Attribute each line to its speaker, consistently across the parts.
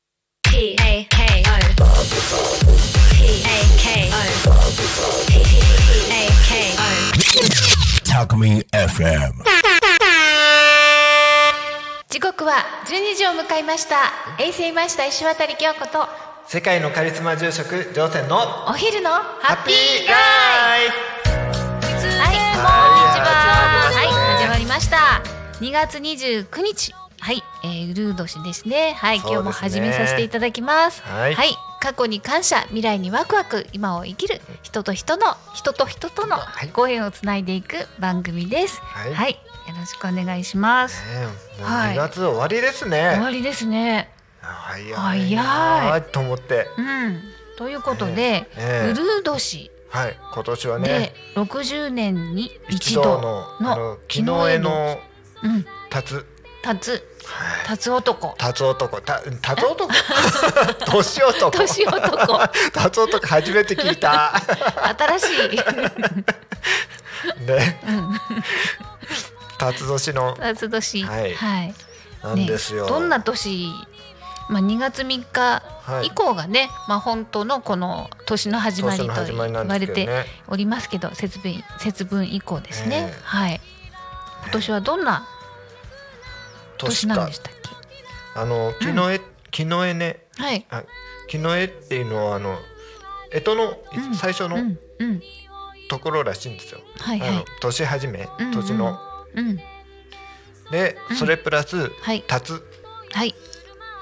Speaker 1: P A K O. P A K O. P A K O.
Speaker 2: Talkme FM.
Speaker 3: 時刻は12時を迎えました衛星マスター石渡京子と
Speaker 4: 世界のカリスマ住職乗船のハ
Speaker 3: お昼のハッピーガイ
Speaker 4: ガ
Speaker 3: は
Speaker 4: イ
Speaker 3: いこんにちははい始まりました2月29日はい、えー、ルー年ですねはい
Speaker 4: そうですね
Speaker 3: 今日も始めさせていただきます
Speaker 4: はい
Speaker 3: 過去に感謝未来にワクワク今を生きる人と人の人と人との
Speaker 4: はい
Speaker 3: ご縁をつないでいく番組ですは、
Speaker 4: はいい
Speaker 3: よろしくお願いします、
Speaker 4: ねえもう
Speaker 3: はい
Speaker 4: 2月終わりです
Speaker 3: 終
Speaker 4: ね、
Speaker 3: わりですね
Speaker 4: 早い
Speaker 3: 早
Speaker 4: いと思って
Speaker 3: うんということで、
Speaker 4: ええええ
Speaker 3: ルー年
Speaker 4: はい今年は
Speaker 3: で
Speaker 4: ね
Speaker 3: 60年に一
Speaker 4: 一
Speaker 3: 度の
Speaker 4: 度のあの木の絵の
Speaker 3: うん
Speaker 4: 立つ
Speaker 3: 立つ立つ男
Speaker 4: 立つ男た立つ 男年男
Speaker 3: 年男
Speaker 4: 立つ男初めて聞い た
Speaker 3: 新しい
Speaker 4: ね、立つ年の
Speaker 3: 立つ年
Speaker 4: はい
Speaker 3: はい
Speaker 4: なんですよ、
Speaker 3: ね、どんな年まあ2月3日
Speaker 4: はい
Speaker 3: 以降がね、まあ本当のこの年の始まりと
Speaker 4: 年の始まりな
Speaker 3: 言
Speaker 4: ん
Speaker 3: わ
Speaker 4: で
Speaker 3: れ
Speaker 4: すけど
Speaker 3: て
Speaker 4: ね
Speaker 3: おりますけど節分節分以降ですね、
Speaker 4: ええ
Speaker 3: はい今年はどんな年なんでしたっ
Speaker 4: あの木の絵、木の絵ね
Speaker 3: けはい
Speaker 4: あ木の絵っていうのはあの江戸のい
Speaker 3: うん
Speaker 4: 最初
Speaker 3: う
Speaker 4: の
Speaker 3: んうん
Speaker 4: ところらしいんですよ。
Speaker 3: はい
Speaker 4: あ
Speaker 3: は
Speaker 4: の
Speaker 3: い
Speaker 4: 年始め、
Speaker 3: うんうん
Speaker 4: 年の
Speaker 3: うん
Speaker 4: で
Speaker 3: うん
Speaker 4: それプラス
Speaker 3: はい
Speaker 4: 辰
Speaker 3: はい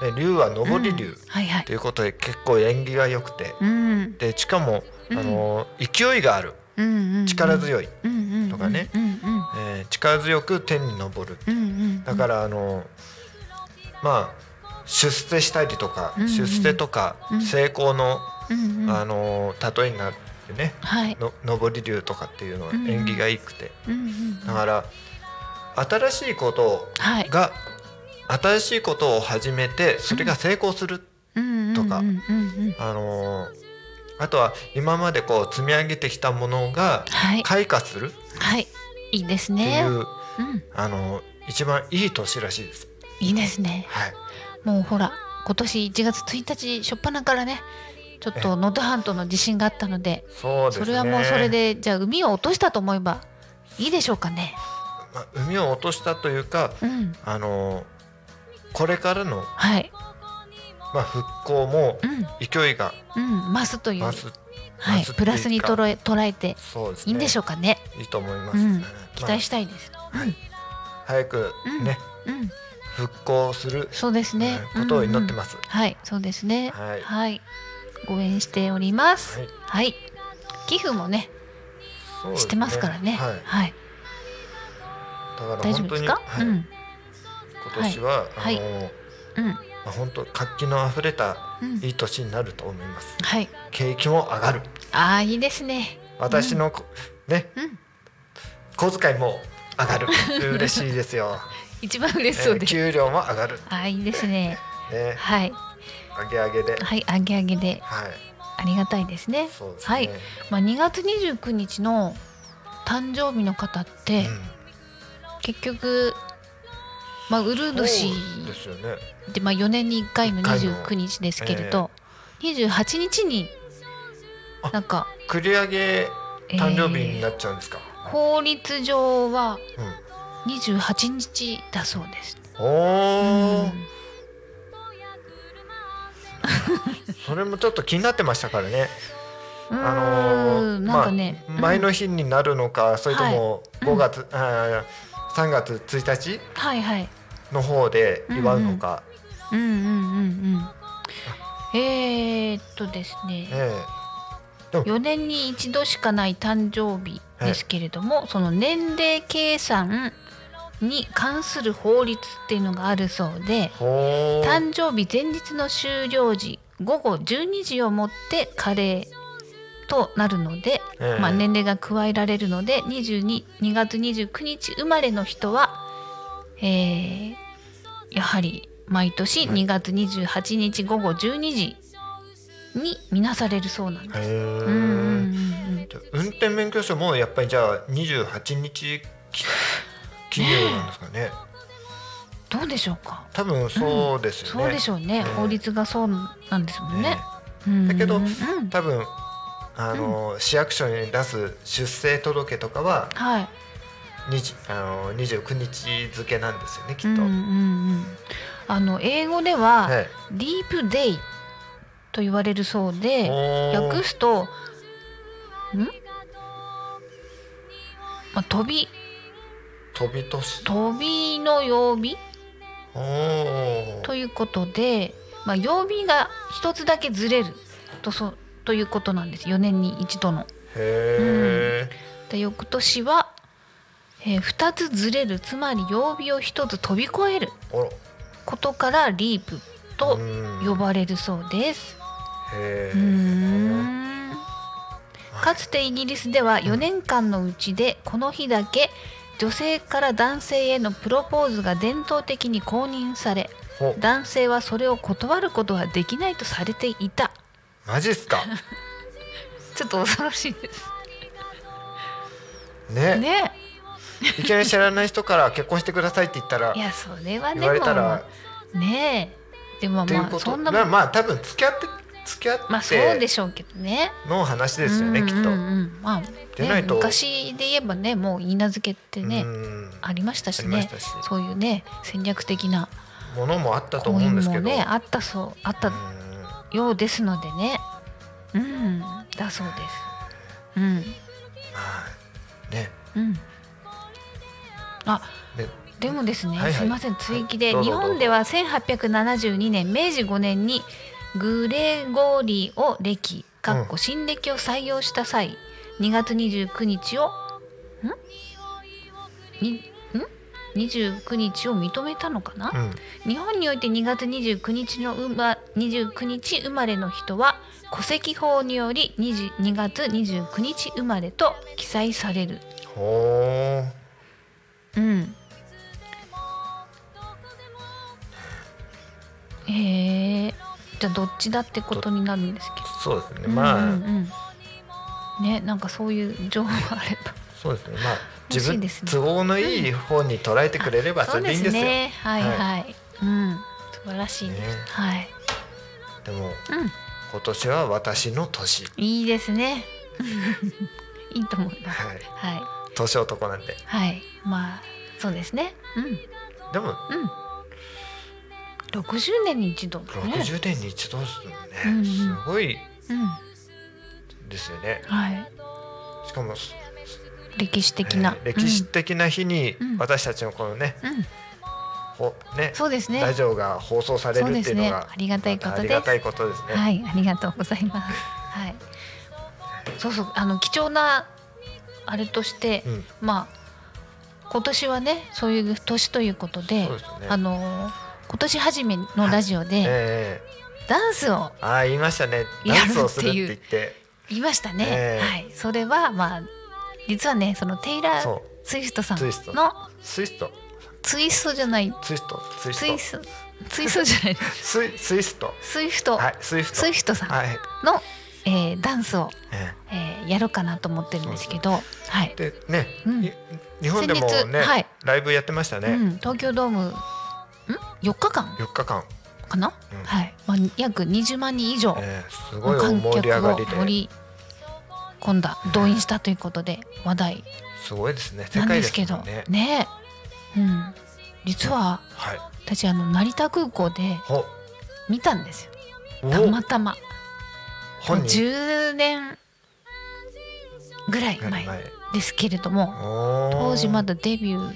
Speaker 4: で竜は上り
Speaker 3: う
Speaker 4: 竜
Speaker 3: んはいはい
Speaker 4: ということで結構縁起が良くて
Speaker 3: うん
Speaker 4: でしかもあ
Speaker 3: うん
Speaker 4: の勢いがある
Speaker 3: うんうんうん
Speaker 4: 力強い、
Speaker 3: と
Speaker 4: とかね
Speaker 3: うんうん
Speaker 4: えー力強く天に昇る
Speaker 3: うんうん
Speaker 4: だからあのまあ出世したりとか
Speaker 3: うんうん
Speaker 4: 出世とか
Speaker 3: うん
Speaker 4: 成功の
Speaker 3: うんうん
Speaker 4: あの例えになってね
Speaker 3: はい
Speaker 4: の上り竜とかっていうのは縁起がいいくて、
Speaker 3: うんうん
Speaker 4: だから新しいこと
Speaker 3: はい
Speaker 4: が、新しいことを始めてそれが成功する、
Speaker 3: うんうん
Speaker 4: とか
Speaker 3: うんうんうん
Speaker 4: あのーあとは今までこう積み上げてきたものが
Speaker 3: はい
Speaker 4: 開花するっ
Speaker 3: はいいいです
Speaker 4: てい
Speaker 3: ね
Speaker 4: う、
Speaker 3: うん
Speaker 4: あのー一番いい年らしいです。
Speaker 3: いいですね
Speaker 4: はい、
Speaker 3: もうほら今年1月1日初っ端からねちょっと能登半島の地震があったので
Speaker 4: そうです
Speaker 3: そ
Speaker 4: ね。
Speaker 3: れはもうそれでじゃあ海を落としたと思えばいいでしょうかね
Speaker 4: まあ、海を落としたというか、
Speaker 3: うん
Speaker 4: あのーこれからの
Speaker 3: はい
Speaker 4: まあ復興も
Speaker 3: うん
Speaker 4: 勢いが
Speaker 3: うん増すという
Speaker 4: 増す、
Speaker 3: は
Speaker 4: 増
Speaker 3: い
Speaker 4: すっていうか
Speaker 3: プラスに捉え捉えて
Speaker 4: そうです
Speaker 3: い
Speaker 4: ね。
Speaker 3: いんでしょうかね
Speaker 4: いいと思います。
Speaker 3: うん
Speaker 4: まあ
Speaker 3: 期待したいです
Speaker 4: 早くね、
Speaker 3: うん
Speaker 4: 復興する
Speaker 3: そうですね
Speaker 4: うんことを祈って
Speaker 3: す
Speaker 4: ます。
Speaker 3: はい、そうですね。は、
Speaker 4: はいい
Speaker 3: 応援しております。
Speaker 4: はい
Speaker 3: はい、寄付もね、
Speaker 4: そうですね
Speaker 3: してますからね。は
Speaker 4: はいい、、だから
Speaker 3: 大丈
Speaker 4: 本
Speaker 3: 夫
Speaker 4: 当
Speaker 3: です
Speaker 4: に、
Speaker 3: か。
Speaker 4: はい
Speaker 3: うん、
Speaker 4: 今年は、
Speaker 3: はい
Speaker 4: あの
Speaker 3: うん、
Speaker 4: まあ本当活気のあふれた
Speaker 3: うん、
Speaker 4: いい年になると思います。
Speaker 3: はい、
Speaker 4: 景気も上がる。
Speaker 3: ああ、いいですね。
Speaker 4: 私のこ、ね
Speaker 3: うん、
Speaker 4: 小遣いも上がる。嬉しいですよ。
Speaker 3: 一番嬉し そう
Speaker 4: えー
Speaker 3: です。
Speaker 4: 給料も上がる。
Speaker 3: ああ、いいですね。
Speaker 4: ね、
Speaker 3: はい、
Speaker 4: 上げ上げで。
Speaker 3: はい、あげあげで、
Speaker 4: はい。
Speaker 3: ありがたいですね。
Speaker 4: そうですね。
Speaker 3: はい、まあ、2月29日の誕生日の方って、
Speaker 4: うん
Speaker 3: 結局。まあ、ウルード氏
Speaker 4: そうですよね。
Speaker 3: でまあ4年に1回の
Speaker 4: 一回の
Speaker 3: 29日ですけれど、28日に
Speaker 4: あ
Speaker 3: なんか、
Speaker 4: 繰り上げ
Speaker 3: えー
Speaker 4: 誕生日になっちゃうんですか。
Speaker 3: 法律上は28日だそうです。
Speaker 4: うん。おお。
Speaker 3: うん
Speaker 4: それもちょっと気になってましたからね。あ
Speaker 3: うー
Speaker 4: のー
Speaker 3: んなんかね、
Speaker 4: まあ前
Speaker 3: う
Speaker 4: の
Speaker 3: ん
Speaker 4: 日になるのか、それとも
Speaker 3: うん
Speaker 4: 5月、あー3月1日
Speaker 3: はいはい
Speaker 4: の方で祝うのか、
Speaker 3: うんうんうんうんえー、っとですね
Speaker 4: え
Speaker 3: 4年に一度しかない誕生日ですけれども、その年齢計算に関する法律っていうのがあるそうで、
Speaker 4: えほー
Speaker 3: 誕生日前日の終了時午後12時をもってカレーとなるので、
Speaker 4: ええ
Speaker 3: まあ、年齢が加えられるので22 2月29日生まれの人は、えーやはり毎年
Speaker 4: はい
Speaker 3: 2月28日午後12時に見なされるそうなんです。
Speaker 4: へ
Speaker 3: うんうん
Speaker 4: ー
Speaker 3: うんうん
Speaker 4: じゃあ運転免許証もやっぱりじゃあ28日き記入なんですかね。
Speaker 3: どうでしょうか。
Speaker 4: 多分そうですよね、
Speaker 3: そうでしょうね。
Speaker 4: ね
Speaker 3: 法律がそうなんですもんね
Speaker 4: ね。
Speaker 3: うん
Speaker 4: だけど
Speaker 3: うん
Speaker 4: 多分あの、市役所に出す出生届とかは
Speaker 3: はい。
Speaker 4: 20あの29日付なんですよねきっ
Speaker 3: う
Speaker 4: と、
Speaker 3: んうんうん。あの英語では、
Speaker 4: はい
Speaker 3: ディープデイと言われるそう
Speaker 4: お
Speaker 3: で、
Speaker 4: ー
Speaker 3: 訳すと、ん？まあ、飛び
Speaker 4: 飛び年
Speaker 3: 飛びの曜日
Speaker 4: おー
Speaker 3: ということで、まあ、曜日が一つだけずれるとそうということなんです4年に一度の。
Speaker 4: へえ、
Speaker 3: で翌年は、え2つずれるつまり曜日を1つ飛び越える
Speaker 4: あら
Speaker 3: ことからリープと
Speaker 4: うん
Speaker 3: 呼ばれるそうです。
Speaker 4: へ
Speaker 3: うー
Speaker 4: え
Speaker 3: んかつてイギリスでは4年間のうちでこの日だけ女性から男性へのプロポーズが伝統的に公認され
Speaker 4: お
Speaker 3: 男性はそれを断ることはできないとされていた
Speaker 4: マジっ すか
Speaker 3: ちょっと恐ろしいです
Speaker 4: ね
Speaker 3: ね
Speaker 4: いきなり知らない人から結婚してくださいって言ったら
Speaker 3: いやそれはで
Speaker 4: 言われたら
Speaker 3: もねえでも
Speaker 4: っていう
Speaker 3: まあ
Speaker 4: こと
Speaker 3: そんな
Speaker 4: ま
Speaker 3: も
Speaker 4: あ
Speaker 3: ん
Speaker 4: まあ多分付き合って付き合
Speaker 3: まあ
Speaker 4: っ
Speaker 3: そうで
Speaker 4: て
Speaker 3: しょうけどね
Speaker 4: の話ですよね、
Speaker 3: うん
Speaker 4: きっ
Speaker 3: う
Speaker 4: と。
Speaker 3: んうんまあ
Speaker 4: でない
Speaker 3: ね
Speaker 4: と
Speaker 3: 昔で言えばねもう稲漬けってね、
Speaker 4: うん
Speaker 3: ありましたし
Speaker 4: ありま
Speaker 3: ね
Speaker 4: したし
Speaker 3: そういうね戦略的な
Speaker 4: ものもあったと
Speaker 3: 婚
Speaker 4: 思うん
Speaker 3: 姻
Speaker 4: ですけ
Speaker 3: も
Speaker 4: ど、
Speaker 3: ねあったそうあった
Speaker 4: うん
Speaker 3: ようですのでねうんだそうですうん
Speaker 4: はいね
Speaker 3: うんあ
Speaker 4: で
Speaker 3: でもですね、
Speaker 4: はいはい
Speaker 3: すいません追記で、
Speaker 4: はいどう
Speaker 3: 日
Speaker 4: ぞどうぞ
Speaker 3: 本では1872年明治5年にグレゴリオ歴かっこ新暦を採用した際、2月29日をんにん29日を認めたのかな、
Speaker 4: うん
Speaker 3: 日本において2月29日の生ま29日生まれの人は戸籍法により20 2月29日生まれと記載される。
Speaker 4: ほ
Speaker 3: う
Speaker 4: ー
Speaker 3: ん。へえ。じゃあどっちだってことになるんですけ
Speaker 4: そうですね
Speaker 3: ど。
Speaker 4: まあ、
Speaker 3: うんうんうんね、なんかそういう情報があれば。
Speaker 4: そうですねまあ
Speaker 3: 欲
Speaker 4: 自
Speaker 3: しい
Speaker 4: 分、
Speaker 3: ですね
Speaker 4: 都合のいい方に捉えてくれればそ
Speaker 3: そう
Speaker 4: れで
Speaker 3: で
Speaker 4: いいん
Speaker 3: す
Speaker 4: ですよ。で
Speaker 3: ね。はいはい。うん。素晴らしいです。
Speaker 4: ね
Speaker 3: はい。
Speaker 4: も
Speaker 3: うん。
Speaker 4: 今年は私の年。
Speaker 3: いいですね。 いいと思います。
Speaker 4: はい。
Speaker 3: はい。
Speaker 4: 年男なんで。
Speaker 3: はい。まあ、そうですね。うん。
Speaker 4: で
Speaker 3: う
Speaker 4: も
Speaker 3: ん。六十年に一度、ね。
Speaker 4: 60年に一度ですも
Speaker 3: うん
Speaker 4: ん
Speaker 3: う
Speaker 4: ね。
Speaker 3: ん
Speaker 4: すごい
Speaker 3: うん。
Speaker 4: ですよね。
Speaker 3: はい。
Speaker 4: しかも、
Speaker 3: 歴史的な。
Speaker 4: えー歴史的な日に
Speaker 3: うん
Speaker 4: 私たちのこのね、
Speaker 3: うん。うん。
Speaker 4: ほね
Speaker 3: そうですね。
Speaker 4: ラジオが放送されるっていうの
Speaker 3: そ
Speaker 4: が
Speaker 3: うですねありがたいことです
Speaker 4: ありがたいことですね。
Speaker 3: はい、ありがとうございます。はい。そうそう、あの貴重な。あれとして、
Speaker 4: うん
Speaker 3: まあ。今年はね、そういう年ということで。
Speaker 4: そうですね
Speaker 3: あのー今年初めのラジオで、
Speaker 4: え
Speaker 3: ダンスを
Speaker 4: えああ言いましたね。
Speaker 3: やる
Speaker 4: ダンスをするって言って、
Speaker 3: 言いましたね。
Speaker 4: ええ
Speaker 3: はい、それは、まあ。実はね、そのテイラー
Speaker 4: そ・
Speaker 3: スウィフトさん
Speaker 4: ツイスト
Speaker 3: の
Speaker 4: ツイスト、
Speaker 3: ツイストじゃない。
Speaker 4: ツイスト、ツイ
Speaker 3: ツイ
Speaker 4: スト、
Speaker 3: スト。ツイストじゃない。
Speaker 4: ツイツイスト、
Speaker 3: スイフト。
Speaker 4: はい、ツイスト、
Speaker 3: スイフトさん
Speaker 4: はい。
Speaker 3: の、えーダンスを、
Speaker 4: え
Speaker 3: えーやろうかなと思ってるんですけど。はい
Speaker 4: え。でね、
Speaker 3: うん
Speaker 4: に日本でも
Speaker 3: 先日
Speaker 4: ね、
Speaker 3: はい
Speaker 4: ライブやってました
Speaker 3: う
Speaker 4: ね。
Speaker 3: ん、東京ドームん4日間
Speaker 4: 4日間、
Speaker 3: かな、
Speaker 4: うん
Speaker 3: はい、まあ、約20万人以上
Speaker 4: ええすご
Speaker 3: の
Speaker 4: い
Speaker 3: 観
Speaker 4: 盛り上
Speaker 3: 客
Speaker 4: が
Speaker 3: を
Speaker 4: りで、
Speaker 3: 盛り込んだ動員したということで話題
Speaker 4: すごいですね。世
Speaker 3: なんで
Speaker 4: 界ですす
Speaker 3: けど
Speaker 4: もんね
Speaker 3: ね。うん、実は
Speaker 4: はい。
Speaker 3: 私あの成田空港で
Speaker 4: ほ、
Speaker 3: 見たんですよ
Speaker 4: お
Speaker 3: たまたま
Speaker 4: 本人
Speaker 3: 10年ぐらい前ですけれども
Speaker 4: 当
Speaker 3: 当時まだデビュー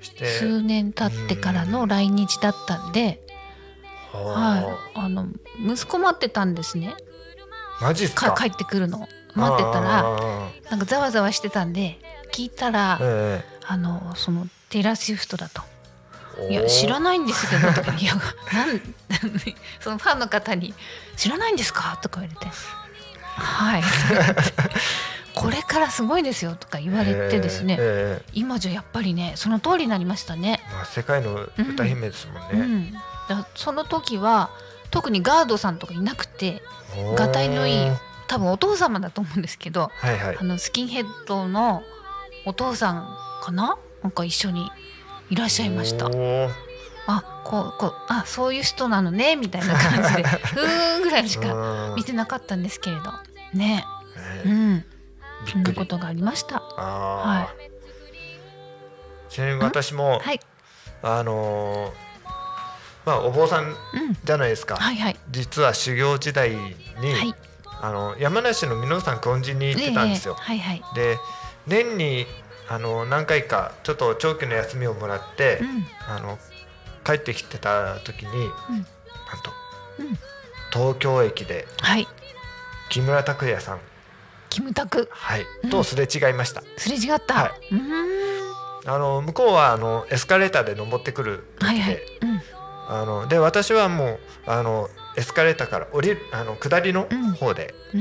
Speaker 4: して、
Speaker 3: 数年経ってからの来日だったんで、
Speaker 4: ほう
Speaker 3: はい、あの息子待ってたんですね
Speaker 4: マジっす
Speaker 3: か
Speaker 4: か。
Speaker 3: 帰ってくるの待ってたら
Speaker 4: ら、
Speaker 3: なんかざわざわしてたんで聞いたら、
Speaker 4: え
Speaker 3: あのそのテイラー・スウィフトだと「
Speaker 4: え
Speaker 3: いや知ら
Speaker 4: ん。
Speaker 3: ないんですけど」とか「いや なんそのファンの方に「知らないんですか?」とか言われて「はい」 これからすごいですよ」とか言われてですね、
Speaker 4: えええ
Speaker 3: 今じゃやっぱりねその通りになりましたね。
Speaker 4: えまあ世界の歌姫ですもん
Speaker 3: う
Speaker 4: ね。
Speaker 3: ん、だその時は特にガードさんとかいなくて
Speaker 4: ほう
Speaker 3: がたいのいい
Speaker 4: は
Speaker 3: 多分お父様だと思うんですけど
Speaker 4: いはい
Speaker 3: あ。のスキンヘッドのお父さんかななんか一緒にいらっしゃいました
Speaker 4: お。ー
Speaker 3: あこうこうあそういう人なのねみたいな感 じでふーんぐらいしか
Speaker 4: うん
Speaker 3: 見てなかったんですけれどねう
Speaker 4: ね
Speaker 3: ん
Speaker 4: び
Speaker 3: そ
Speaker 4: っ
Speaker 3: ん
Speaker 4: く
Speaker 3: な
Speaker 4: り
Speaker 3: ことがありました
Speaker 4: あーちなみに私も、
Speaker 3: はい、
Speaker 4: あのーまあお坊さん
Speaker 3: うん、
Speaker 4: じゃないですか、
Speaker 3: はいはい
Speaker 4: 実は修行時代に、
Speaker 3: はい
Speaker 4: あの山梨の皆さん根治に行ってたんですよ。
Speaker 3: ええはいはい
Speaker 4: で年にあの何回かちょっと長期の休みをもらって、
Speaker 3: うん
Speaker 4: あの帰ってきてた時に、
Speaker 3: ん
Speaker 4: なんと、
Speaker 3: うん
Speaker 4: 東京駅で
Speaker 3: はい
Speaker 4: 木村拓哉さん、
Speaker 3: キムタク
Speaker 4: はい
Speaker 3: うん
Speaker 4: とすれ違いました。
Speaker 3: すれ違った、
Speaker 4: は
Speaker 3: うーん
Speaker 4: あの向こうはあのエスカレーターで登ってくる時で、
Speaker 3: はいはいうん
Speaker 4: あので私はもうあのエスカレーターから降りるあの下りの方で、
Speaker 3: うー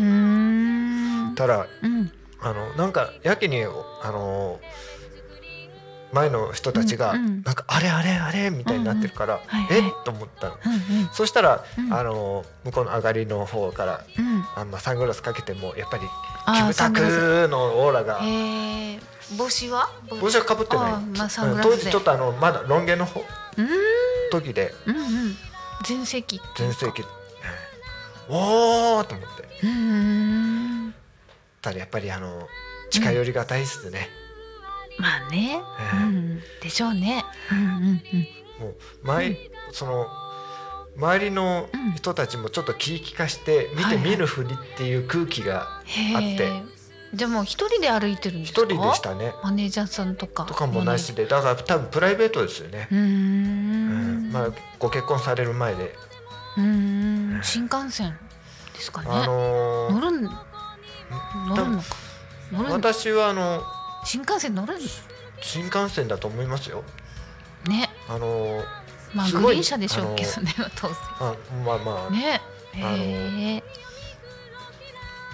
Speaker 3: ん
Speaker 4: たら
Speaker 3: うん
Speaker 4: あのなんかやけにあの前の人たちが、
Speaker 3: うんうん
Speaker 4: なんかあれあれあれみたいになってるから、
Speaker 3: うんはいはい
Speaker 4: えっと思ったの。
Speaker 3: うんうん
Speaker 4: そしたら、
Speaker 3: うん
Speaker 4: あの向こうの上がりの方から
Speaker 3: うん
Speaker 4: あんまサングラスかけてもやっぱり
Speaker 3: あー
Speaker 4: キムタクのオーラが
Speaker 3: へえ帽子は
Speaker 4: 帽子はかぶってない、
Speaker 3: あーまあサン
Speaker 4: うん
Speaker 3: グラスで
Speaker 4: 当時ちょっとあのまだロン毛の方
Speaker 3: うーん
Speaker 4: 時で
Speaker 3: うんうん全盛期
Speaker 4: 全盛期おーと思って
Speaker 3: うーん
Speaker 4: ただやっぱりあの近寄りが大切ね、
Speaker 3: まあね、
Speaker 4: ええ
Speaker 3: うん、でしょうねうんうんうん
Speaker 4: もう前、その周りの
Speaker 3: うん
Speaker 4: 人たちもちょっと聞き化して見
Speaker 3: はい
Speaker 4: て
Speaker 3: はい
Speaker 4: 見ぬふりっていう空気が
Speaker 3: へえじゃあもう一人で歩いてるんですか
Speaker 4: 一人でしたね
Speaker 3: マネージャーさんとか
Speaker 4: とかもなしでだから多分プライベートですよね
Speaker 3: う、ー
Speaker 4: うんんまあ、ご結婚される前で、
Speaker 3: うーん新幹線ですかね
Speaker 4: あの
Speaker 3: 乗
Speaker 4: ー
Speaker 3: るん乗るのか乗るん
Speaker 4: 私はあの
Speaker 3: 新幹線乗るん
Speaker 4: 新幹線だと思いますよ
Speaker 3: ね
Speaker 4: あのー
Speaker 3: まあ
Speaker 4: す
Speaker 3: グ
Speaker 4: ごい
Speaker 3: リーン車でしょうけどね 当然
Speaker 4: あまあまあ、
Speaker 3: ね
Speaker 4: あの
Speaker 3: へえ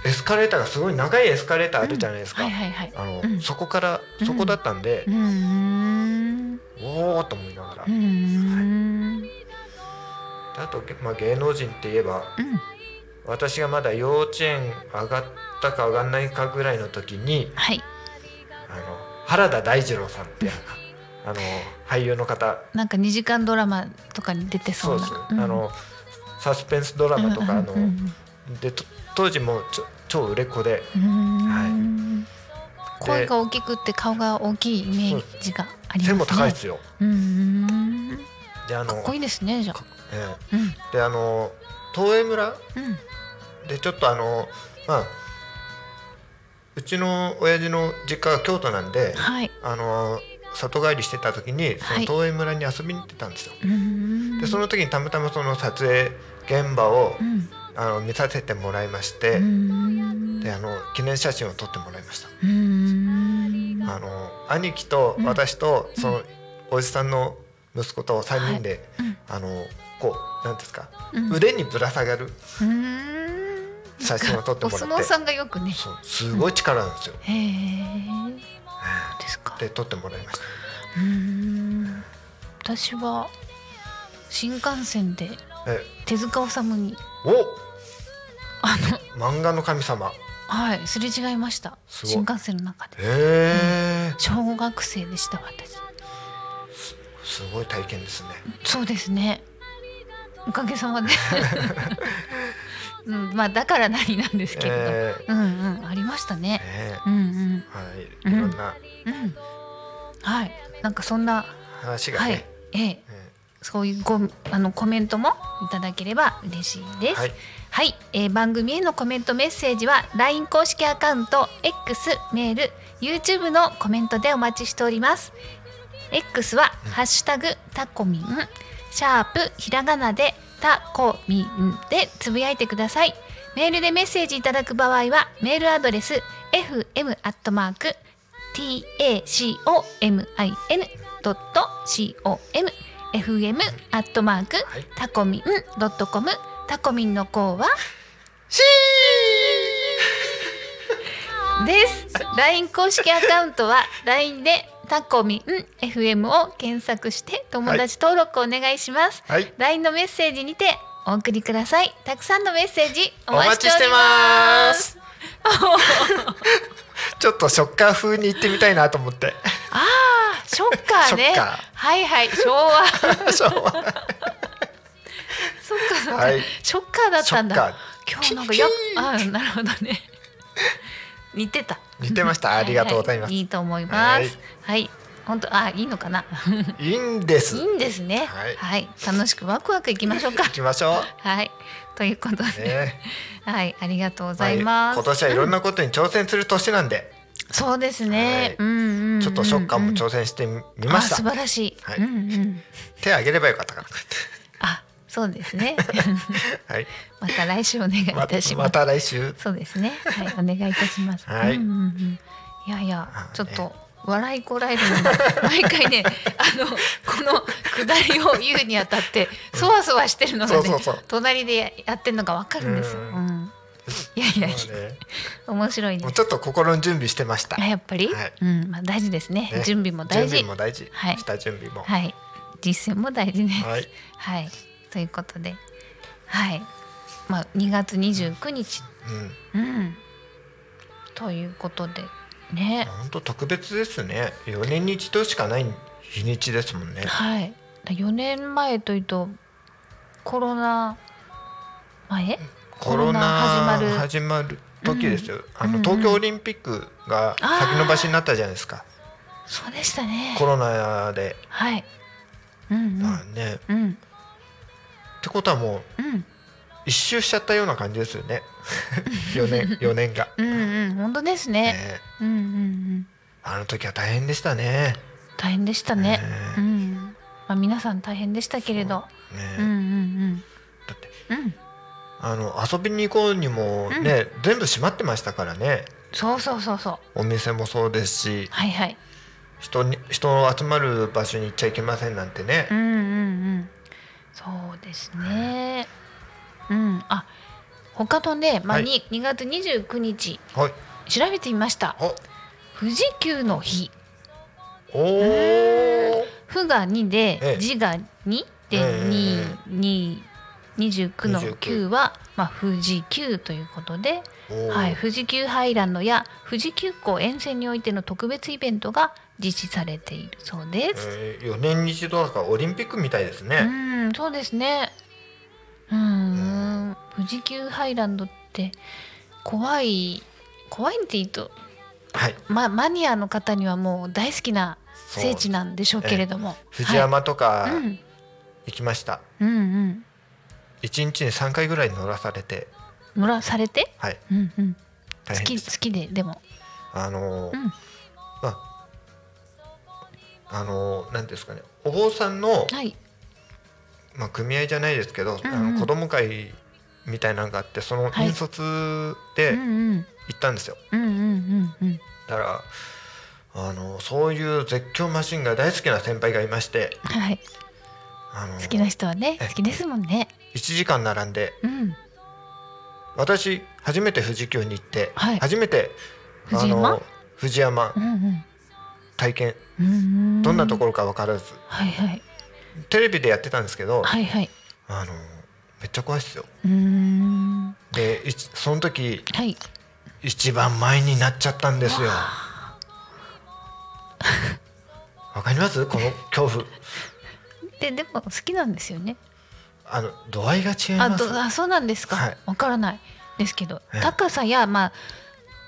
Speaker 4: エスカレーターがすごい長いエスカレーターあるじゃないですか、
Speaker 3: はいはいはい
Speaker 4: あの
Speaker 3: うん
Speaker 4: そこから
Speaker 3: うん
Speaker 4: そこだったんで
Speaker 3: う、ーんう
Speaker 4: おおと思いながら、
Speaker 3: ー
Speaker 4: で
Speaker 3: ん
Speaker 4: あと、まあ、芸能人って言えば
Speaker 3: うん
Speaker 4: 私がまだ幼稚園上がったか上がんないかぐらいの時に
Speaker 3: はい
Speaker 4: あの原田大二郎さんって あの俳優の方
Speaker 3: なんか二時間ドラマとかに出てそう
Speaker 4: そ
Speaker 3: う
Speaker 4: で
Speaker 3: な
Speaker 4: す、あのサスペンスドラマとかあの、でと当時もうちょ超売れっ子で
Speaker 3: はい声
Speaker 4: で
Speaker 3: が大きくって顔が大きいイメージがありますね。
Speaker 4: 背も高いですよ。
Speaker 3: うーん。
Speaker 4: であの
Speaker 3: かっこいいですねじゃあ。
Speaker 4: え
Speaker 3: うん
Speaker 4: えであの東映村
Speaker 3: うん
Speaker 4: でちょっとあのまあうちの親父の実家が京都なんで
Speaker 3: はい。
Speaker 4: あの里帰りしてた時にその
Speaker 3: はい
Speaker 4: 東映村に遊びに行ってたんですよ。
Speaker 3: うーん
Speaker 4: でその時にたまたまその撮影現場を、
Speaker 3: うん
Speaker 4: あの見させてもらいまし
Speaker 3: う
Speaker 4: て、
Speaker 3: ーん
Speaker 4: であの記念写真を撮ってもらいました、
Speaker 3: うーん
Speaker 4: あの兄貴と私とそのおじさんの息子と3人で、
Speaker 3: うん
Speaker 4: あのこうなんていうんですか、
Speaker 3: うん
Speaker 4: 腕にぶら下がる
Speaker 3: うーん
Speaker 4: 写真を撮ってもらって
Speaker 3: お相撲さんがよくね。
Speaker 4: そうすごい力なんですよ、
Speaker 3: へえ。そうですか。
Speaker 4: で撮ってもらいまし
Speaker 3: うーん私は新幹線で
Speaker 4: たえ
Speaker 3: 手塚治虫に
Speaker 4: お漫画の神様
Speaker 3: はいすれ違いました
Speaker 4: すごい
Speaker 3: 新幹線の中で
Speaker 4: へえ、
Speaker 3: 小学生でした私
Speaker 4: すごい体験ですね
Speaker 3: そうですねおかげさ まで、うん、まあだから何なんですけれど、
Speaker 4: えー
Speaker 3: うんうんありましたね
Speaker 4: え
Speaker 3: うんうん
Speaker 4: ーはい、
Speaker 3: うん
Speaker 4: いろんな
Speaker 3: うんはいなんかそんな
Speaker 4: 話がね、
Speaker 3: はいええ
Speaker 4: え
Speaker 3: そういうごあのコメントもいただければ嬉しいです。
Speaker 4: は
Speaker 3: はいい、えー番組へのコメントメッセージは LINE 公式アカウント X メール YouTube のコメントでお待ちしております。X はハッシュタグタコミンシャープひらがなでタコミンでつぶやいてください。メールでメッセージいただく場合はメールアドレス fm アットマーク tacomin.com fm アットマーク
Speaker 4: い
Speaker 3: タコミンドットコムタコミンの項はです。LINE 公式アカウントは LINE でタコミン FM を検索して友達登録お願いします。
Speaker 4: はい
Speaker 3: LINE のメッセージにてお送りください。たくさんのメッセージお
Speaker 4: お待
Speaker 3: 待
Speaker 4: ち
Speaker 3: ち
Speaker 4: し
Speaker 3: してており
Speaker 4: ま
Speaker 3: ます。
Speaker 4: す。 ちょっと食感風に行ってみたいなと思って。
Speaker 3: ああ、ショッカーね
Speaker 4: ショッカー
Speaker 3: はいはい昭和
Speaker 4: そう
Speaker 3: そっかそっか、
Speaker 4: はい
Speaker 3: ショッカーだったん
Speaker 4: ショッカ
Speaker 3: だ
Speaker 4: ー
Speaker 3: 今日なんかよ
Speaker 4: キキ
Speaker 3: あなるほどね似てた
Speaker 4: 似てましたありがとうございま
Speaker 3: は
Speaker 4: す
Speaker 3: はい、いいと思いますはい本当あいいのかな
Speaker 4: いいんです
Speaker 3: いい
Speaker 4: 行
Speaker 3: んですねは、
Speaker 4: はいい
Speaker 3: 楽しくワクワクいきましょ うか
Speaker 4: きましょ
Speaker 3: はいということ
Speaker 4: う
Speaker 3: で、
Speaker 4: ね
Speaker 3: はいありがとうご
Speaker 4: まあ
Speaker 3: ざいます、
Speaker 4: 今年はいろんなことに挑戦する年なんで、
Speaker 3: そうですね、
Speaker 4: は
Speaker 3: うんうんうんうん
Speaker 4: ちょっとショッカーも挑戦してみまし
Speaker 3: あ素
Speaker 4: た
Speaker 3: 晴らしい、
Speaker 4: はい
Speaker 3: うんうん
Speaker 4: 手挙げればよかったか
Speaker 3: あそうです ね
Speaker 4: なはい
Speaker 3: また来 週お願いい
Speaker 4: ま
Speaker 3: たします、
Speaker 4: また来週
Speaker 3: そうですね。 はい、お願いいたします。
Speaker 4: はい
Speaker 3: うんうんうん、いやいや
Speaker 4: あ、
Speaker 3: ちょっと。笑いこらえるのが 毎回ねあのこの下りを言うにあたってそわそわしてるのがね
Speaker 4: そうそうそう
Speaker 3: 隣でややってるのがわかるんですよ。う
Speaker 4: うん
Speaker 3: ん、いやいや
Speaker 4: もうね
Speaker 3: 面白い
Speaker 4: も
Speaker 3: で
Speaker 4: う
Speaker 3: す。
Speaker 4: ちょっと心の準備してました
Speaker 3: あやっぱり、
Speaker 4: はい
Speaker 3: うんまあ、大事ですね
Speaker 4: ね
Speaker 3: 準備も大
Speaker 4: 準
Speaker 3: 事
Speaker 4: 備も大事、
Speaker 3: はい
Speaker 4: 下準備も、
Speaker 3: はい、実践も大事です。は
Speaker 4: はいい、
Speaker 3: ということで、はいまあ、2月29日
Speaker 4: う
Speaker 3: う
Speaker 4: ん
Speaker 3: ん。ということでね、
Speaker 4: 本当特別ですね4年に一度しかない日にちですもんね
Speaker 3: はい。4年前というとコロナ前？コロナ始まる
Speaker 4: 始まる時ですよ、あ
Speaker 3: うんう
Speaker 4: の
Speaker 3: ん
Speaker 4: 東京オリンピックが先延ばしになったじゃないですか
Speaker 3: そうでしたね
Speaker 4: コ。ロナで、
Speaker 3: はい。うん
Speaker 4: まあねっ
Speaker 3: うんうん
Speaker 4: てことはも
Speaker 3: う
Speaker 4: う
Speaker 3: ん
Speaker 4: 一周しちゃったような感じですよね 4年4 年が、
Speaker 3: うんうん本当ですね。
Speaker 4: ね
Speaker 3: うんうんうん
Speaker 4: あの時は大変でしたね
Speaker 3: 大変でしたね。
Speaker 4: ね
Speaker 3: うん。まあ皆さん大変でしたけれど、
Speaker 4: ね
Speaker 3: うんうん
Speaker 4: だって
Speaker 3: うんうん。
Speaker 4: あの遊びに行こうにもね、全部閉まってましたからね
Speaker 3: そうそうそうそう。
Speaker 4: お店もそうですし
Speaker 3: はいはい。
Speaker 4: 人に人の集まる場所に行っちゃいけませんなんてね
Speaker 3: う、んうんうん。そうですね。うん。あ、他のね、まあ、
Speaker 4: はい
Speaker 3: に2月29日
Speaker 4: はい
Speaker 3: 調べてみました。
Speaker 4: お
Speaker 3: 富士急の日。
Speaker 4: おー
Speaker 3: 富が2で
Speaker 4: ええ、
Speaker 3: 字が2
Speaker 4: え
Speaker 3: で
Speaker 4: え
Speaker 3: 二二二十九の
Speaker 4: 29
Speaker 3: 9はまあ富士急ということで、
Speaker 4: おー
Speaker 3: はい、富士急ハイランドや富士急行沿線においての特別イベントが実施されているそうです。
Speaker 4: えー、4年に一度だからオリンピックみたいです
Speaker 3: う
Speaker 4: ね、
Speaker 3: ん、そうですね。うーん、富士急ハイランドって怖い怖いって言うと、
Speaker 4: はい
Speaker 3: まマニアの方にはもう大好きな聖地なんでしょうけれども、
Speaker 4: 藤山とか
Speaker 3: はい、うん、
Speaker 4: 行きました、
Speaker 3: うんうん、
Speaker 4: 一1日に3回ぐらい乗らされて
Speaker 3: 乗らされて、
Speaker 4: はい
Speaker 3: うんうん、好
Speaker 4: 大変
Speaker 3: き
Speaker 4: で
Speaker 3: 好
Speaker 4: す
Speaker 3: きででも、
Speaker 4: あのー
Speaker 3: うん
Speaker 4: まああのーなんていうんですかねお坊さんの、
Speaker 3: はい、
Speaker 4: まあ、組合じゃないですけ
Speaker 3: う
Speaker 4: ど、
Speaker 3: んうん
Speaker 4: あの子供会みたいなのがあってその
Speaker 3: はい
Speaker 4: 引率
Speaker 3: う
Speaker 4: で
Speaker 3: んうん、
Speaker 4: 行ったんですよ、
Speaker 3: うんうんうんうん、
Speaker 4: だからあのそういう絶叫マシンが大好きな先輩がいまして
Speaker 3: はい、
Speaker 4: あの
Speaker 3: 好きな人はね
Speaker 4: ええ
Speaker 3: 好きですもんね、
Speaker 4: 1時間並んで
Speaker 3: うん、
Speaker 4: 私初めて富士急に行って、
Speaker 3: はい
Speaker 4: 初めて
Speaker 3: 藤山
Speaker 4: 藤山
Speaker 3: うんうん、
Speaker 4: 体験
Speaker 3: うんうん、
Speaker 4: どんなと
Speaker 3: ろ、
Speaker 4: ころか分からず、
Speaker 3: はいはい、
Speaker 4: テレビでやってたんですけど、
Speaker 3: はいはい、
Speaker 4: あのめっちゃ怖いですよ
Speaker 3: うーん、
Speaker 4: でいちその時
Speaker 3: はい。
Speaker 4: 一番前になっちゃったんですよ
Speaker 3: わ
Speaker 4: わかりますこの恐怖
Speaker 3: ででも好きなんですよね。
Speaker 4: あの度合いが違い
Speaker 3: あ
Speaker 4: ます
Speaker 3: とあそうなんですか。わ、
Speaker 4: はい
Speaker 3: からないですけど、
Speaker 4: ええ
Speaker 3: 高さやまあ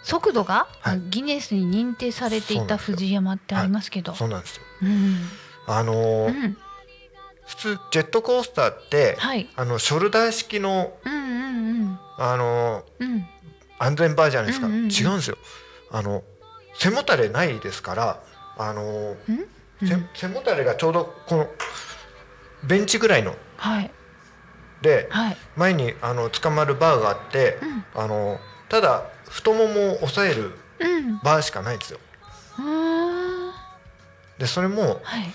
Speaker 3: 速度が、
Speaker 4: はい
Speaker 3: ギネスに認定されてい
Speaker 4: そうな
Speaker 3: た
Speaker 4: んですよ
Speaker 3: 藤山ってありますけど、
Speaker 4: そうなんですよ
Speaker 3: うん、
Speaker 4: あの
Speaker 3: う
Speaker 4: ー
Speaker 3: ん、
Speaker 4: 普通ジェットコースターって、
Speaker 3: はい、
Speaker 4: あのショルダー式の
Speaker 3: うんうん
Speaker 4: あの
Speaker 3: う
Speaker 4: ー
Speaker 3: んうん、
Speaker 4: 安全バーじゃないですか、
Speaker 3: うんうんうん
Speaker 4: 違うんですよあの背もたれないですからあのー
Speaker 3: うん、う
Speaker 4: せ
Speaker 3: ん、
Speaker 4: 背もたれがちょうどこのベンチぐらいの
Speaker 3: はい
Speaker 4: で
Speaker 3: はい、
Speaker 4: 前にあの捕まるバーがあって、
Speaker 3: うん
Speaker 4: あのただ太ももを押さえる
Speaker 3: うん、う
Speaker 4: バーしかないんですよ
Speaker 3: ーん、
Speaker 4: でそれも
Speaker 3: はい、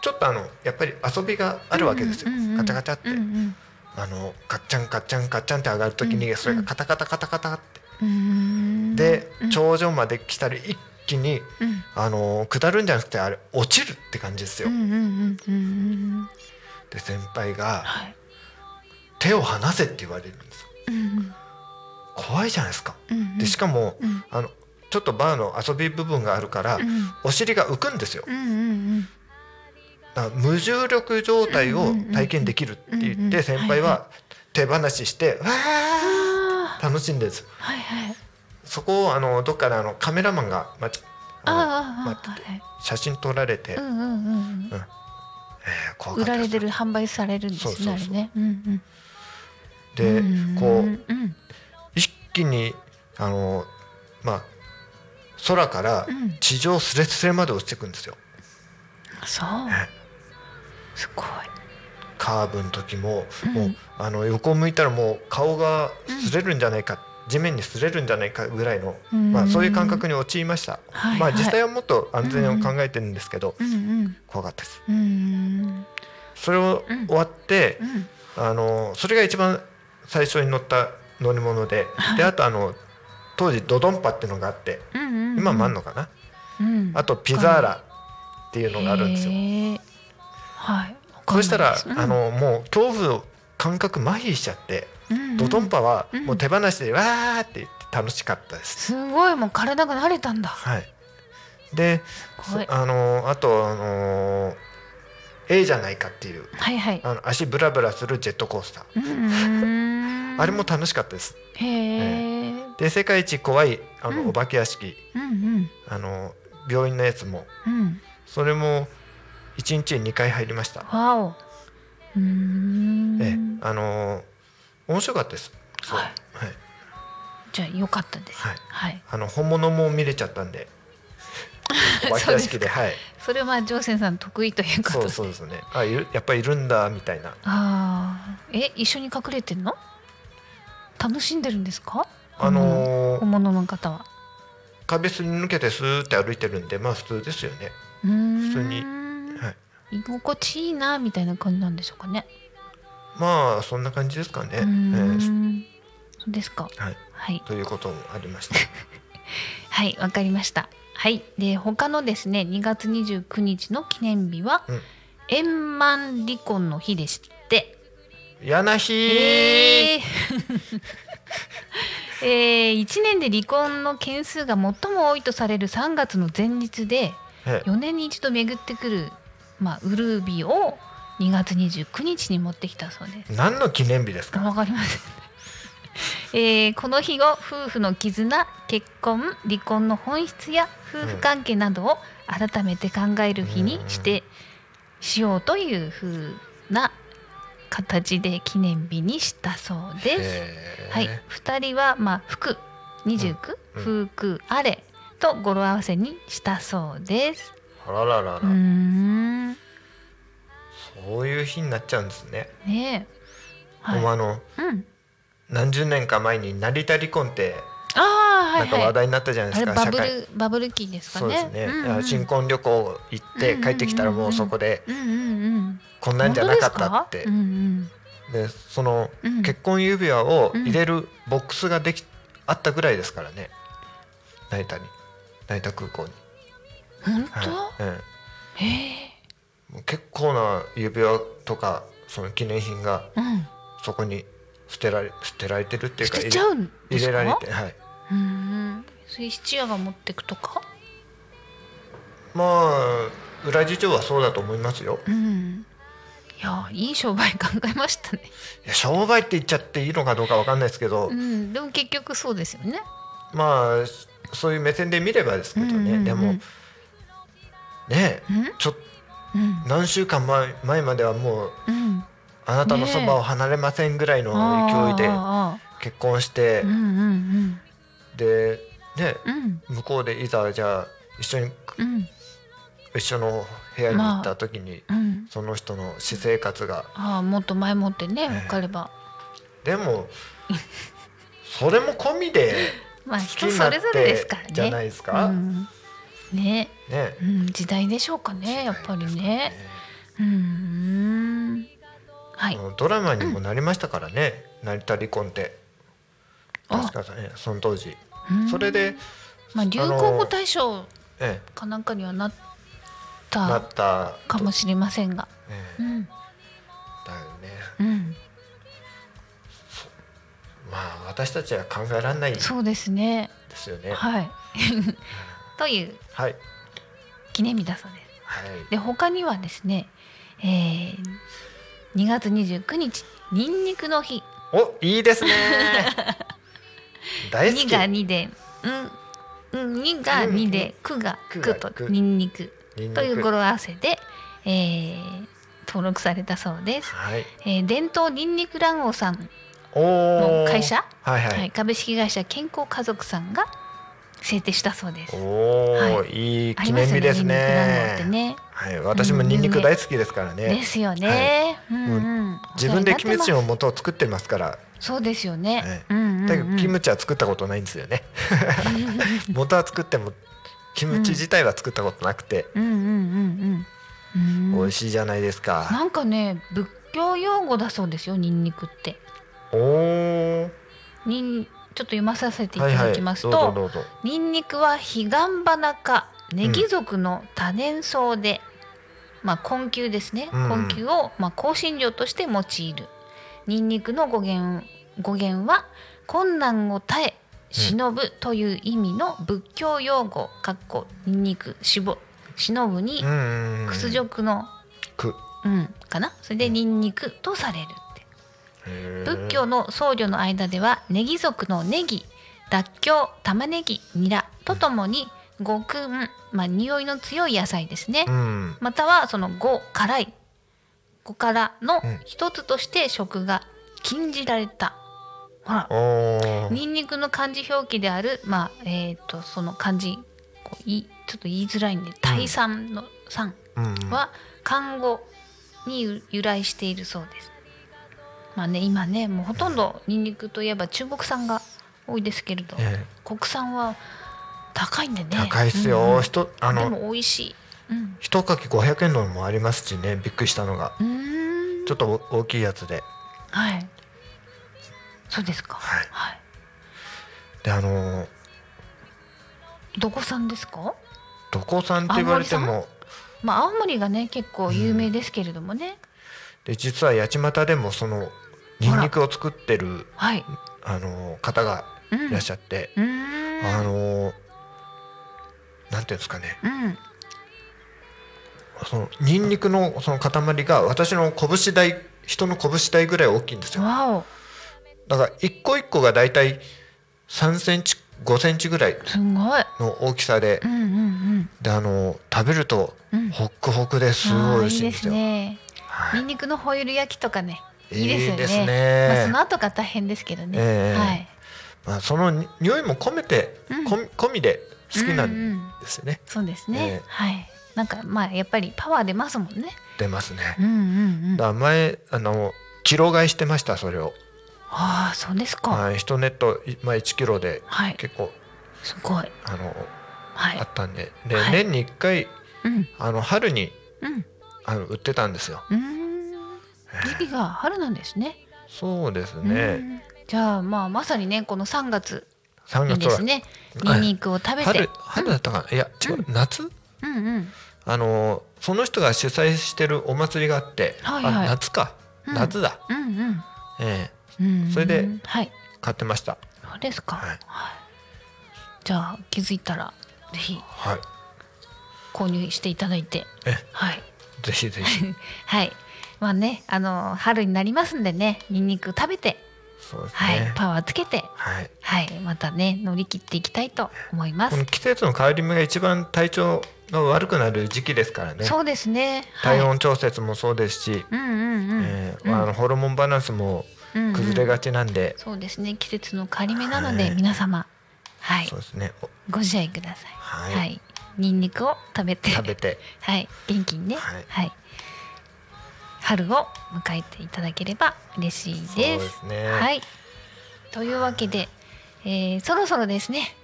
Speaker 4: ちょっとあのやっぱり遊びがあるわけですよ、
Speaker 3: うんうんうん
Speaker 4: ガチャガチャって、
Speaker 3: うんうん
Speaker 4: あのガッチャンガッチャンガッチャンって上がる時
Speaker 3: うんう
Speaker 4: に
Speaker 3: ん
Speaker 4: それがカタカタカタカタって、
Speaker 3: うーん、
Speaker 4: で
Speaker 3: うん、
Speaker 4: 頂上まで来たら一気に
Speaker 3: うん
Speaker 4: あの下るんじゃなくてあれ落ちるって感じです
Speaker 3: う
Speaker 4: よ、
Speaker 3: んうんうんうんうん、
Speaker 4: で先輩が
Speaker 3: はい、
Speaker 4: 「手を離せ」って言われるんですよ
Speaker 3: うん
Speaker 4: 怖いじゃないですか
Speaker 3: うんうん、
Speaker 4: でしかも、
Speaker 3: うん
Speaker 4: あのちちょっとバーの遊び部分があるから、
Speaker 3: ん
Speaker 4: お尻が浮くんですよ
Speaker 3: うんうん
Speaker 4: だから無重力状態を体験できるって
Speaker 3: うんう
Speaker 4: 言っ
Speaker 3: んうん
Speaker 4: て先輩は手放ししてわ
Speaker 3: あ
Speaker 4: ー楽しんでるんです
Speaker 3: ーはいはい
Speaker 4: そこをあのどっかであのカメラマンが、ま、あ
Speaker 3: あーあー
Speaker 4: 待っ
Speaker 3: あーはい
Speaker 4: の写真撮られ
Speaker 3: う
Speaker 4: て、えー
Speaker 3: んうんうん
Speaker 4: 怖
Speaker 3: うん売
Speaker 4: かった
Speaker 3: ら
Speaker 4: で
Speaker 3: れ
Speaker 4: す
Speaker 3: てる販売されるんです
Speaker 4: そうそうそ
Speaker 3: ね
Speaker 4: う
Speaker 3: あれねうんうん
Speaker 4: で
Speaker 3: んう
Speaker 4: こうん
Speaker 3: うん
Speaker 4: 一気にあのまあ空から
Speaker 3: うん
Speaker 4: 地上すれすれまで落ちてくんですよ
Speaker 3: そう
Speaker 4: ね
Speaker 3: すごい
Speaker 4: カーブの時も、
Speaker 3: うん
Speaker 4: もうあの横向いたらもう顔が擦れるんじゃないか、地面に擦れるんじゃないかぐらいの、
Speaker 3: うん
Speaker 4: まあ、そういう感覚に陥りました、
Speaker 3: はいはい
Speaker 4: まあ、実際はもっと安全を考えてるんですけど、
Speaker 3: うん
Speaker 4: 怖かったです
Speaker 3: うんうん
Speaker 4: それを
Speaker 3: うん
Speaker 4: 終わって
Speaker 3: う、ん
Speaker 4: あのそれが一番最初に乗った乗り物で、であとあの当時ドドンパっていうのがあって
Speaker 3: うんうん
Speaker 4: 今もあんのかな、
Speaker 3: うん
Speaker 4: あとピザーラっていうのがあるんですよ
Speaker 3: へ。ーはい
Speaker 4: そうしたら、
Speaker 3: うん
Speaker 4: あのもう恐怖の感覚麻痺しちゃって、ドドンパは
Speaker 3: うん
Speaker 4: もう手放しでわーって言って楽しかったで
Speaker 3: す
Speaker 4: す。
Speaker 3: ごいもう体が慣れたんだ
Speaker 4: はい。で、
Speaker 3: ごい
Speaker 4: そあのあとあのええじゃないかっていう
Speaker 3: はいはい
Speaker 4: あの足ブラブラするジェットコースター、
Speaker 3: うーん
Speaker 4: あれも楽しかったです。
Speaker 3: へえ
Speaker 4: で世界一怖いあの、
Speaker 3: うん
Speaker 4: お化け屋敷
Speaker 3: うんうん
Speaker 4: あの病院のやつも
Speaker 3: うん
Speaker 4: それも一日に2回入りました。
Speaker 3: わおうーん
Speaker 4: ええ、あの面白かったです。そう
Speaker 3: はい
Speaker 4: はい
Speaker 3: じゃあ良かったです
Speaker 4: はい
Speaker 3: はい
Speaker 4: あの本物も見れちゃった んで。お化け屋敷で、はい。
Speaker 3: それはまあジョーセンさん得意ということ
Speaker 4: そう
Speaker 3: で
Speaker 4: そうですね。あ、いる、やっぱりいるんだみたいな。
Speaker 3: ああえ一緒に隠れてんの楽しんでるんですか
Speaker 4: あのー
Speaker 3: 本物の方は
Speaker 4: 壁すり抜けてスーって歩いてるんで、まあ普通ですよね。
Speaker 3: うーん
Speaker 4: 普通にはい。
Speaker 3: 居心地いいなみたいな感じなんでしょうかね
Speaker 4: まあそんな感じですかね。え
Speaker 3: うー
Speaker 4: ー
Speaker 3: んそうですか
Speaker 4: はい。
Speaker 3: はい
Speaker 4: ということもあり ました。
Speaker 3: はい、わかりました。はい、で、他のですね、2月29日の記念日は、
Speaker 4: うん
Speaker 3: 円満離婚の日でして、
Speaker 4: やなひ
Speaker 3: えー えー、1年で離婚の件数が最も多いとされる3月の前日で
Speaker 4: はい
Speaker 3: 4年に一度巡ってくる、まあ、ウルービーを2月29日に持ってきたそうです。
Speaker 4: 何の記念日ですか。
Speaker 3: わかりません。 えーこの日を夫婦の絆結婚離婚の本質や夫婦関係などを改めて考える日にして、しようというふうな形で記念日にしたそうです。
Speaker 4: えー
Speaker 3: はい、2人は、まあ、福29、
Speaker 4: うん
Speaker 3: 福あれと語呂合わせにしたそうです。
Speaker 4: あらららら
Speaker 3: うーん
Speaker 4: そういう日になっちゃうんですね。
Speaker 3: ねえ、
Speaker 4: でも
Speaker 3: は
Speaker 4: あの
Speaker 3: いうん、
Speaker 4: 何十年か前に成田離婚って
Speaker 3: ああ
Speaker 4: な
Speaker 3: はい
Speaker 4: んか
Speaker 3: はい
Speaker 4: 話題になったじゃないで
Speaker 3: あれ
Speaker 4: すか。
Speaker 3: バ
Speaker 4: 社
Speaker 3: ブ
Speaker 4: 会。
Speaker 3: ルバブル期ですかね。
Speaker 4: そうですね。
Speaker 3: ん
Speaker 4: あ
Speaker 3: うん、
Speaker 4: 新婚旅行行って帰ってきたらもうそこで
Speaker 3: うんうんうん。
Speaker 4: こんなんじゃなかったっ
Speaker 3: 本当で
Speaker 4: て。
Speaker 3: すかうん
Speaker 4: でその
Speaker 3: うんうん。
Speaker 4: 結婚指輪を入れるボックスができ、あったぐらいですからね成田に成田空港に、
Speaker 3: 本
Speaker 4: はいえ
Speaker 3: 当？へえ。
Speaker 4: えもう結構な指輪とかその記念品が
Speaker 3: うん。
Speaker 4: そこに捨てられ捨てられてるっていう
Speaker 3: 捨
Speaker 4: か
Speaker 3: てちゃうんで
Speaker 4: 入れ
Speaker 3: す
Speaker 4: 入
Speaker 3: か？
Speaker 4: れられてはい
Speaker 3: うんうん。それ質屋が持ってくとか？
Speaker 4: まあ裏事情はそうだと思いますよ
Speaker 3: うん。いやいい商売考えましたね。
Speaker 4: いや商売って言っちゃっていいのかどうかわかんないですけど、
Speaker 3: うん。でも結局そうですよね。
Speaker 4: まあそういう目線で見ればですけどね、
Speaker 3: うんうんうん
Speaker 4: でもねえ
Speaker 3: うん
Speaker 4: ちょっ
Speaker 3: うん
Speaker 4: 何週間前前まではもう
Speaker 3: うん。
Speaker 4: あなたのそばを離れませんぐらいの勢いで
Speaker 3: あ
Speaker 4: 結婚し
Speaker 3: ーあーあ
Speaker 4: て
Speaker 3: ーうんうん
Speaker 4: でね
Speaker 3: うんうん
Speaker 4: 向こうでいざじゃあ一緒に
Speaker 3: うん
Speaker 4: 一緒の部屋に行った時に
Speaker 3: うん。
Speaker 4: その人の私生活が
Speaker 3: ああもっと前もってね
Speaker 4: ええ
Speaker 3: 分かれば。
Speaker 4: でもそれも込みで
Speaker 3: まあ
Speaker 4: 好き
Speaker 3: 人
Speaker 4: にな
Speaker 3: そ
Speaker 4: っ
Speaker 3: れぞれです
Speaker 4: て
Speaker 3: からね。
Speaker 4: じゃないですか
Speaker 3: う
Speaker 4: ね
Speaker 3: ん、ね、うん、時代でしょうかね、やっぱりね。うん、はい
Speaker 4: あ、のドラマにもなりましたからね成田離婚って確かねその当時
Speaker 3: うん
Speaker 4: それで
Speaker 3: まあ流行語大賞
Speaker 4: ええ
Speaker 3: かなんかにはなった
Speaker 4: なった
Speaker 3: かもしれませんが、
Speaker 4: ええ
Speaker 3: うん、
Speaker 4: だよね
Speaker 3: うん、
Speaker 4: まあ私たちは考えられないです
Speaker 3: そうですね。
Speaker 4: ですよね。はい。
Speaker 3: はい という
Speaker 4: はい。
Speaker 3: 記念日だそうですで他にはですね、えー、2月29日ニンニクの日
Speaker 4: お、いいで すね。大好
Speaker 3: 2
Speaker 4: き。
Speaker 3: が2でうんうん2が2で9が9
Speaker 4: くが
Speaker 3: と
Speaker 4: く
Speaker 3: ニンニク
Speaker 4: ニンニク
Speaker 3: という語呂合わせで、えー登録されたそうです、
Speaker 4: はい。
Speaker 3: えー伝統ニンニク卵黄さん、
Speaker 4: おお。
Speaker 3: の会社
Speaker 4: はいは
Speaker 3: はい
Speaker 4: い。
Speaker 3: 株式会社健康家族さんが制定したそうです
Speaker 4: おお、、
Speaker 3: はい
Speaker 4: い
Speaker 3: あ
Speaker 4: 記
Speaker 3: りま
Speaker 4: 念
Speaker 3: すよ
Speaker 4: 日
Speaker 3: ね
Speaker 4: です
Speaker 3: ニンニク卵黄ってね
Speaker 4: ね。はい、私もニンニク大好きですから
Speaker 3: で
Speaker 4: ね。
Speaker 3: すよね、うんうん
Speaker 4: 自分でキムチ
Speaker 3: を
Speaker 4: の素を作ってますから。
Speaker 3: そうですよね、
Speaker 4: はい
Speaker 3: うんうん
Speaker 4: だ
Speaker 3: う
Speaker 4: けど
Speaker 3: ん
Speaker 4: キムチは作ったことないんですよね。元は作ってもキムチ自体は作ったことなくて
Speaker 3: うんうんうんうん
Speaker 4: 美
Speaker 3: うん
Speaker 4: 味しいじゃないですか。
Speaker 3: なんかね仏教用語だそうですよニンニクって
Speaker 4: おお。
Speaker 3: にんちょっと読まさせてい
Speaker 4: はい
Speaker 3: た
Speaker 4: は
Speaker 3: だ
Speaker 4: い。
Speaker 3: きますと、
Speaker 4: どうぞどうぞ。
Speaker 3: ニンニクはヒガンバナ科ネギ属の多年草で、まあ根球ですね、
Speaker 4: うん
Speaker 3: 根球をまあ香辛料として用いるニンニクの語源語源は困難を耐え忍ぶという意味の仏教用語かっこニンニクしぼ忍ぶに
Speaker 4: うんうん。
Speaker 3: 屈。辱の、
Speaker 4: く。
Speaker 3: うん、かなそれでニンニクとされるって仏教の僧侶の間ではネギ族のネギ脱臼玉ねぎニラとともに五燻まあ匂いの強い野菜ですね、
Speaker 4: うん。
Speaker 3: またはその五辛い五辛の
Speaker 4: うん
Speaker 3: 一つとして食が禁じられた、ほら
Speaker 4: おお。
Speaker 3: ニンニクの漢字表記であるまあえっ、とその漢字こういちょっと言いづらいんで「大酸」の「酸
Speaker 4: うん」
Speaker 3: は漢語に由由来しているそうです。まあね今ねもうほとんどニンニクといえば中国産が多いですけれど、
Speaker 4: ええ
Speaker 3: 国産は高いんでね
Speaker 4: 高いっす
Speaker 3: うん
Speaker 4: よ。
Speaker 3: うん
Speaker 4: ひとあ
Speaker 3: で
Speaker 4: の
Speaker 3: も美味しい。うん
Speaker 4: 一かき500円のもありますしね。びっくりしたのが
Speaker 3: うーん
Speaker 4: ちょっと大きいやつで。
Speaker 3: はいそうですか
Speaker 4: はい
Speaker 3: はい、
Speaker 4: であのー
Speaker 3: どこ産ですか
Speaker 4: どこさんって言われても。
Speaker 3: まあ青森がね結構有名ですけれどもね、
Speaker 4: で実は八街でもそのニンニクを作ってる
Speaker 3: はい、
Speaker 4: あの方が
Speaker 3: うん、
Speaker 4: いらっし
Speaker 3: ゃ
Speaker 4: ゃって、
Speaker 3: うーん
Speaker 4: あのなんていうんですかね
Speaker 3: うん
Speaker 4: そのニンニクのその塊が私の拳大人の拳大ぐらい大きいんですよ
Speaker 3: わ
Speaker 4: だから一個一個がだいたい3センチ5センチぐらい
Speaker 3: おすごい
Speaker 4: の大きさで
Speaker 3: うんうんうん
Speaker 4: であの食べると
Speaker 3: うん
Speaker 4: ホックホクですごい美味しいんですよ。
Speaker 3: あーいいですね
Speaker 4: は
Speaker 3: ニ
Speaker 4: い
Speaker 3: ンニクのホイル焼きとかね
Speaker 4: い
Speaker 3: い
Speaker 4: い
Speaker 3: いですよね
Speaker 4: ですね
Speaker 3: まあ、その後が大変ですけどね、
Speaker 4: ええ
Speaker 3: はい
Speaker 4: まあ、そのに匂いも込めて、
Speaker 3: うん
Speaker 4: こみ込みで好きな
Speaker 3: うんうんん
Speaker 4: ですよね、
Speaker 3: そうですね、
Speaker 4: ええ
Speaker 3: はいなんかまあやっぱりパワー出ますもんね
Speaker 4: 出ますね。
Speaker 3: うんうんうん
Speaker 4: だから前あのキロ買いしてましたそれを、
Speaker 3: ああそうですかはい、
Speaker 4: はい、1ネット、いまあ、1キロで結構
Speaker 3: すごい
Speaker 4: あの
Speaker 3: は
Speaker 4: あ
Speaker 3: い
Speaker 4: ったんでで、
Speaker 3: はい
Speaker 4: 年に1回
Speaker 3: うん
Speaker 4: あの春に
Speaker 3: うん
Speaker 4: あの売ってたんで すよ
Speaker 3: うーん時期が春なんですね
Speaker 4: そうです
Speaker 3: う
Speaker 4: ね
Speaker 3: んじゃあまあまさにねこの3月
Speaker 4: 3
Speaker 3: に
Speaker 4: 月
Speaker 3: です
Speaker 4: は、
Speaker 3: ね
Speaker 4: は
Speaker 3: ニ
Speaker 4: い
Speaker 3: ンニクを食べて、
Speaker 4: 春春だったかないや違う、
Speaker 3: う
Speaker 4: 夏
Speaker 3: うんうん
Speaker 4: あのその人が主催してるお祭りがあって、
Speaker 3: はいはい
Speaker 4: あ夏か、
Speaker 3: うん
Speaker 4: 夏だ、
Speaker 3: うんうん
Speaker 4: ええ
Speaker 3: うん
Speaker 4: それで
Speaker 3: はい
Speaker 4: 買ってました
Speaker 3: そうですか、
Speaker 4: はい
Speaker 3: はいじゃあ気づいたらぜひ
Speaker 4: はい
Speaker 3: 購入していただいて
Speaker 4: え
Speaker 3: はい
Speaker 4: ぜひぜひ
Speaker 3: はいまあねあの春になりますんでねニンニク食べて、
Speaker 4: そうですね
Speaker 3: はいパワーつけて
Speaker 4: はい
Speaker 3: はいまたね乗り切っていきたいと思いま
Speaker 4: こ
Speaker 3: す、
Speaker 4: の季節の変わり目が一番体調が悪くなる時期ですからね
Speaker 3: そうですね
Speaker 4: 体
Speaker 3: はい、
Speaker 4: 温調節もそうですし、
Speaker 3: うんうんうん、
Speaker 4: えーあのホルモンバランスも
Speaker 3: うんうん
Speaker 4: 崩れがちなんで、
Speaker 3: そうですね季節の変わり目なの
Speaker 4: は
Speaker 3: で
Speaker 4: い
Speaker 3: 皆様はい
Speaker 4: そうですねお
Speaker 3: ご自愛ください
Speaker 4: はい
Speaker 3: ニンニクを食べて
Speaker 4: 食 べて
Speaker 3: はい、元気にね、は
Speaker 4: はいい、
Speaker 3: 春を迎えていただければ嬉しいです。
Speaker 4: そうですね
Speaker 3: はい、というわけで、えーそろそろですね、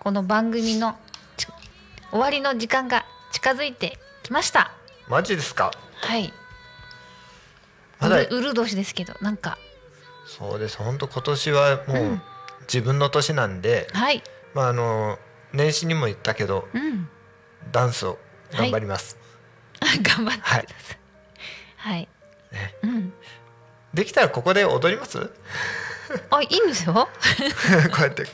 Speaker 3: この番組のち終わりの時間が近づいてきました。
Speaker 4: マジですか
Speaker 3: はい、
Speaker 4: まだ
Speaker 3: うるうる年ですけど、なんか
Speaker 4: そうです本当今年はもう、
Speaker 3: うん
Speaker 4: 自分の年なんで、
Speaker 3: はい、
Speaker 4: まああの年始にも言ったけど
Speaker 3: うん、
Speaker 4: ダンスを頑張ります、
Speaker 3: 頑張ってくださ
Speaker 4: はい
Speaker 3: い。はい、
Speaker 4: ね
Speaker 3: うん、
Speaker 4: で きたらここで踊りますこ
Speaker 3: あ、いいんですよ。
Speaker 4: うやって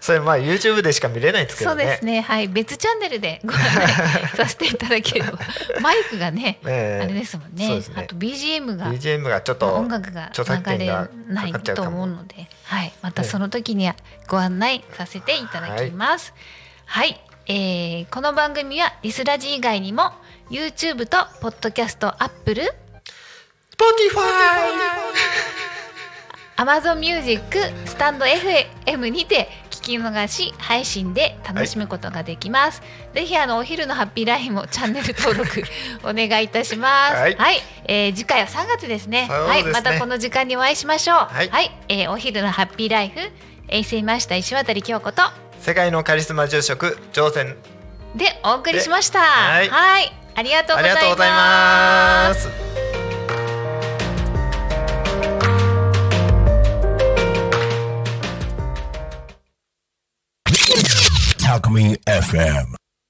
Speaker 4: それまあ YouTube でしか見れないですけ
Speaker 3: そ
Speaker 4: ど
Speaker 3: う
Speaker 4: ね
Speaker 3: ですね、はい、別チャンネルでご案内させていただけれ ば、マイクがね、
Speaker 4: ええ
Speaker 3: あれですもんね。
Speaker 4: そうですね
Speaker 3: あと BGM が、
Speaker 4: BGM がちょっと
Speaker 3: 音楽が
Speaker 4: 著作
Speaker 3: 流
Speaker 4: 権
Speaker 3: れ
Speaker 4: が
Speaker 3: な
Speaker 4: か
Speaker 3: い
Speaker 4: かっちゃう
Speaker 3: と
Speaker 4: か
Speaker 3: 思う
Speaker 4: も
Speaker 3: ので、はい、またその時にはご案内させていただきます。はい、えーこの番組はリスラジ以外にも YouTube とポッドキャスト Apple、
Speaker 4: Spotify
Speaker 3: Amazon Music、スタンド FM にて聞き逃し配信で楽しむことができます。ぜひあのお昼のハッピーラインもチャンネル登録お願いいたします。は、
Speaker 4: はいい
Speaker 3: えー次回は3月ですね。
Speaker 4: そう
Speaker 3: はい、
Speaker 4: ですね
Speaker 3: またこの時間にお会いしましょう。はいい、えーお昼のハッピーライフ衛星マスター石渡京子と
Speaker 4: 世界のカリスマ住職乗船
Speaker 3: でお送りしました。は
Speaker 4: はいい、
Speaker 3: ありがとう
Speaker 4: あ
Speaker 3: ござ
Speaker 4: り
Speaker 3: い
Speaker 4: がとうござい
Speaker 3: ます。
Speaker 4: ます
Speaker 2: タクミ FM